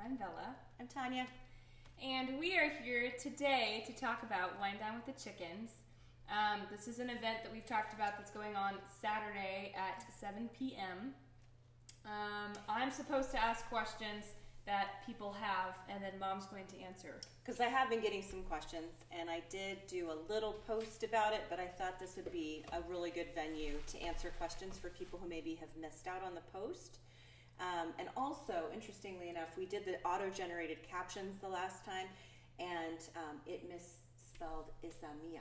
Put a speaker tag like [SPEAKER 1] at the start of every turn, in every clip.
[SPEAKER 1] I'm Bella,
[SPEAKER 2] I'm Tanya.
[SPEAKER 1] and we are here today to talk about Wine Down with the Chickens. Um, this is an event that we've talked about that's going on Saturday at 7 p.m. Um, I'm supposed to ask questions that people have, and then Mom's going to answer.
[SPEAKER 2] Because I have been getting some questions, and I did do a little post about it, but I thought this would be a really good venue to answer questions for people who maybe have missed out on the post. Um, and also, interestingly enough, we did the auto generated captions the last time, and um, it misspelled Isamia.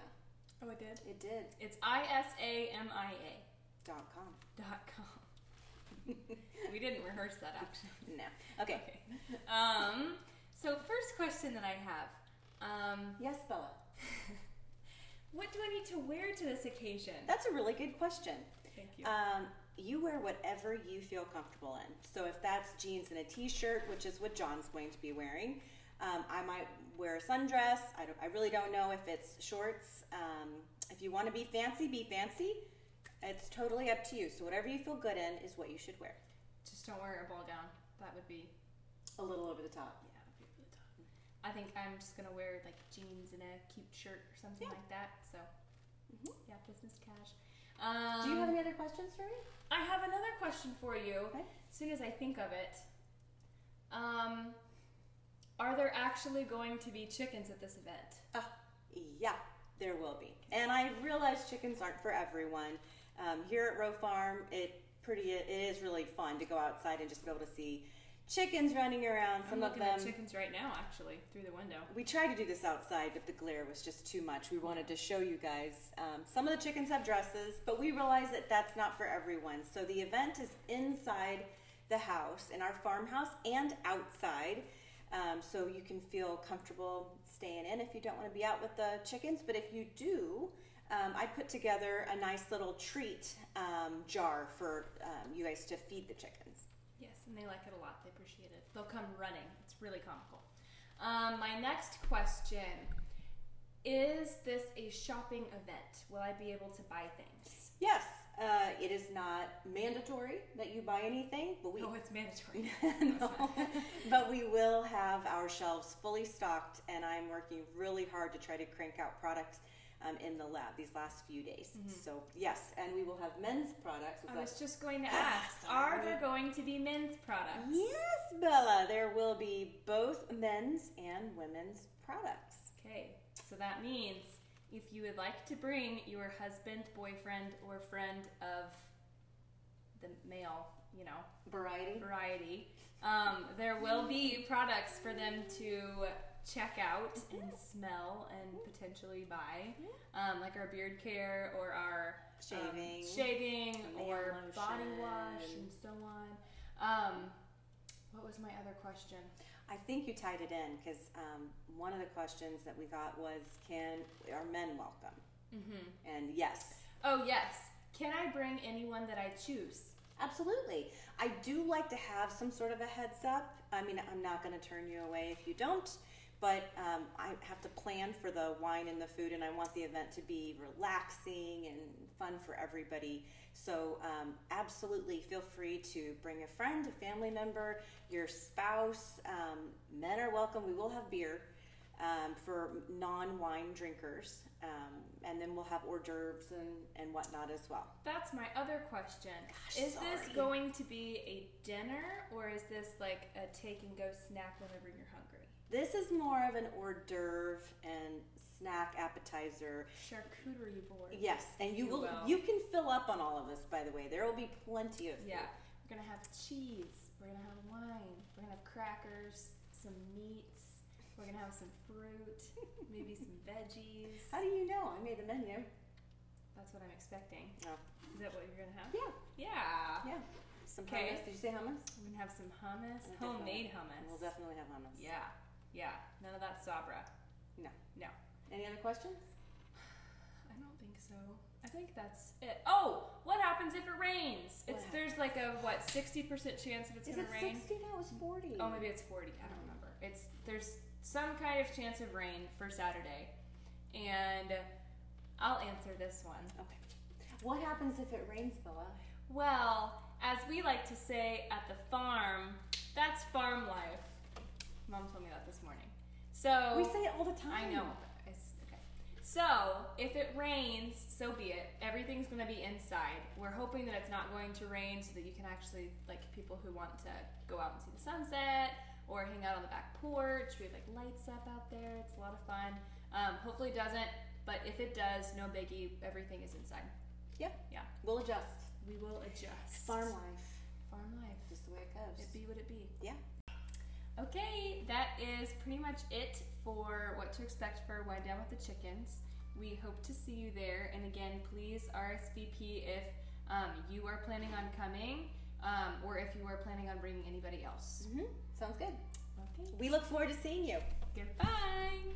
[SPEAKER 1] Oh, I did.
[SPEAKER 2] It did.
[SPEAKER 1] It's I S A M I A
[SPEAKER 2] Dot com.
[SPEAKER 1] dot com. we didn't rehearse that actually.
[SPEAKER 2] No. Okay.
[SPEAKER 1] Okay. Um, so first question that I have. Um,
[SPEAKER 2] Yes, Bella.
[SPEAKER 1] what do I need to wear to this occasion?
[SPEAKER 2] That's a really good question.
[SPEAKER 1] Thank you.
[SPEAKER 2] Um, you wear whatever you feel comfortable in. So if that's jeans and a t-shirt, which is what John's going to be wearing, um, I might wear a sundress. I, don't, I really don't know if it's shorts. Um, if you want to be fancy, be fancy. It's totally up to you. So whatever you feel good in is what you should wear.
[SPEAKER 1] Just don't wear a ball gown. That would be
[SPEAKER 2] A little over the top.
[SPEAKER 1] yeah, that would be over the top. I think I'm just gonna wear like jeans and a cute shirt or something
[SPEAKER 2] Yeah.
[SPEAKER 1] like that. So
[SPEAKER 2] Mhm.
[SPEAKER 1] yeah, business cash. Um,
[SPEAKER 2] Do you have any other questions for me?
[SPEAKER 1] I have another question for you.
[SPEAKER 2] Okay.
[SPEAKER 1] As soon as I think of it, um, are there actually going to be chickens at this event?
[SPEAKER 2] Yeah, there will be. And I realize chickens aren't for everyone. Um, here at Roe Farm, it pretty it is really fun to go outside and just be able to see chickens running around. Some
[SPEAKER 1] I'm
[SPEAKER 2] of
[SPEAKER 1] looking
[SPEAKER 2] them.
[SPEAKER 1] at chickens right now, actually, through the window.
[SPEAKER 2] We tried to do this outside, but the glare was just too much. We wanted to show you guys. Um, some of the chickens have dresses, but we realize that that's not for everyone. So the event is inside the house, in our farmhouse, and outside. Um, so you can feel comfortable staying in if you don't want to be out with the chickens. But if you do, um, I put together a nice little treat um, jar for um, you guys to feed the chickens.
[SPEAKER 1] Yes, and they like it a lot. They appreciate it. They'll come running. It's really comical. Um, my next question is this a shopping event? Will I be able to buy things?
[SPEAKER 2] Yes, uh, it is not mandatory that you buy anything, but we
[SPEAKER 1] Oh, it's mandatory.
[SPEAKER 2] No. but we will have our shelves fully stocked, and I'm working really hard to try to crank out products um, in the lab these last few days. So yes, and we will have men's products. Is
[SPEAKER 1] Mm-hmm. I
[SPEAKER 2] that-
[SPEAKER 1] was just going to
[SPEAKER 2] Ah,
[SPEAKER 1] ask are
[SPEAKER 2] sorry.
[SPEAKER 1] there going to be men's products?
[SPEAKER 2] yes, Bella, there will be both men's and women's products.
[SPEAKER 1] Okay, so that means if you would like to bring your husband, boyfriend, or friend of the male, you know,
[SPEAKER 2] Variety.
[SPEAKER 1] variety. Um, there will be products for them to check out and
[SPEAKER 2] Mm-hmm.
[SPEAKER 1] smell and potentially buy, um, like our beard care or our um,
[SPEAKER 2] Shaving.
[SPEAKER 1] shaving
[SPEAKER 2] Nail
[SPEAKER 1] or body wash
[SPEAKER 2] lotion.
[SPEAKER 1] and so on. Um, what was my other question?
[SPEAKER 2] I think you tied it in because um, one of the questions that we got was, "Can are men welcome?"
[SPEAKER 1] hmm
[SPEAKER 2] And yes,
[SPEAKER 1] Oh yes, can I bring anyone that I choose?
[SPEAKER 2] Absolutely. I do like to have some sort of a heads up. I mean, I'm not going to turn you away if you don't, but um, I have to plan for the wine and the food, and I want the event to be relaxing and fun for everybody. So, um, absolutely feel free to bring a friend, a family member, your spouse. Um, men are welcome. We will have beer. Um, for non wine drinkers, um, and then we'll have hors d'oeuvres and, and whatnot as well.
[SPEAKER 1] That's my other question.
[SPEAKER 2] Gosh,
[SPEAKER 1] is this
[SPEAKER 2] sorry.
[SPEAKER 1] going to be a dinner or is this like a take and go snack whenever you're hungry?
[SPEAKER 2] This is more of an hors d'oeuvre and snack appetizer.
[SPEAKER 1] Charcuterie board.
[SPEAKER 2] Yes, and you
[SPEAKER 1] You
[SPEAKER 2] will
[SPEAKER 1] will.
[SPEAKER 2] you can fill up on all of this by the way. There will be plenty of
[SPEAKER 1] Yeah. We're gonna have cheese. We're gonna have wine. We're gonna have crackers, some meats. We're gonna have some fruit, maybe some veggies.
[SPEAKER 2] How do you know? I made the menu.
[SPEAKER 1] That's what I'm expecting.
[SPEAKER 2] Oh.
[SPEAKER 1] Is that what you're gonna have?
[SPEAKER 2] Yeah.
[SPEAKER 1] Yeah.
[SPEAKER 2] Yeah. Some
[SPEAKER 1] Okay.
[SPEAKER 2] hummus. Did you say hummus?
[SPEAKER 1] We're gonna have some hummus,
[SPEAKER 2] We'll
[SPEAKER 1] homemade hummus.
[SPEAKER 2] We'll definitely have hummus.
[SPEAKER 1] yeah. Yeah. None of that sabra.
[SPEAKER 2] No.
[SPEAKER 1] No.
[SPEAKER 2] Any other questions?
[SPEAKER 1] I don't think so. I think that's it. Oh, what happens if it rains?
[SPEAKER 2] What
[SPEAKER 1] It's there's like a what sixty percent chance that it's
[SPEAKER 2] is
[SPEAKER 1] gonna
[SPEAKER 2] it
[SPEAKER 1] rain.
[SPEAKER 2] sixty? No, it's forty.
[SPEAKER 1] Oh, maybe it's forty. I don't remember. It's there's some kind of chance of rain for Saturday, and I'll answer this one.
[SPEAKER 2] Okay. What happens if it rains, Bella?
[SPEAKER 1] Well, as we like to say at the farm, that's farm life. morning. So
[SPEAKER 2] We say it all the time.
[SPEAKER 1] Oh, I know. but It's okay. So if it rains, so be it. Everything's gonna be inside. We're hoping that it's not going to rain so that you can actually like people who want to go out and see the sunset or hang out on the back porch. We have like lights up out there. It's a lot of fun. Um, hopefully it doesn't, but if it does, no biggie. Everything is inside.
[SPEAKER 2] Yep.
[SPEAKER 1] Yeah.
[SPEAKER 2] We'll adjust.
[SPEAKER 1] We will adjust.
[SPEAKER 2] Farm life.
[SPEAKER 1] Farm life.
[SPEAKER 2] Just the way it goes.
[SPEAKER 1] It be what it be.
[SPEAKER 2] Yeah.
[SPEAKER 1] Okay, that is pretty much it for what to expect for Wind Down with the Chickens. We hope to see you there. And again, please RSVP if um, you are planning on coming um, or if you are planning on bringing anybody else.
[SPEAKER 2] hmm Mm-hmm. Sounds good.
[SPEAKER 1] Okay,
[SPEAKER 2] We look forward to seeing you.
[SPEAKER 1] goodbye.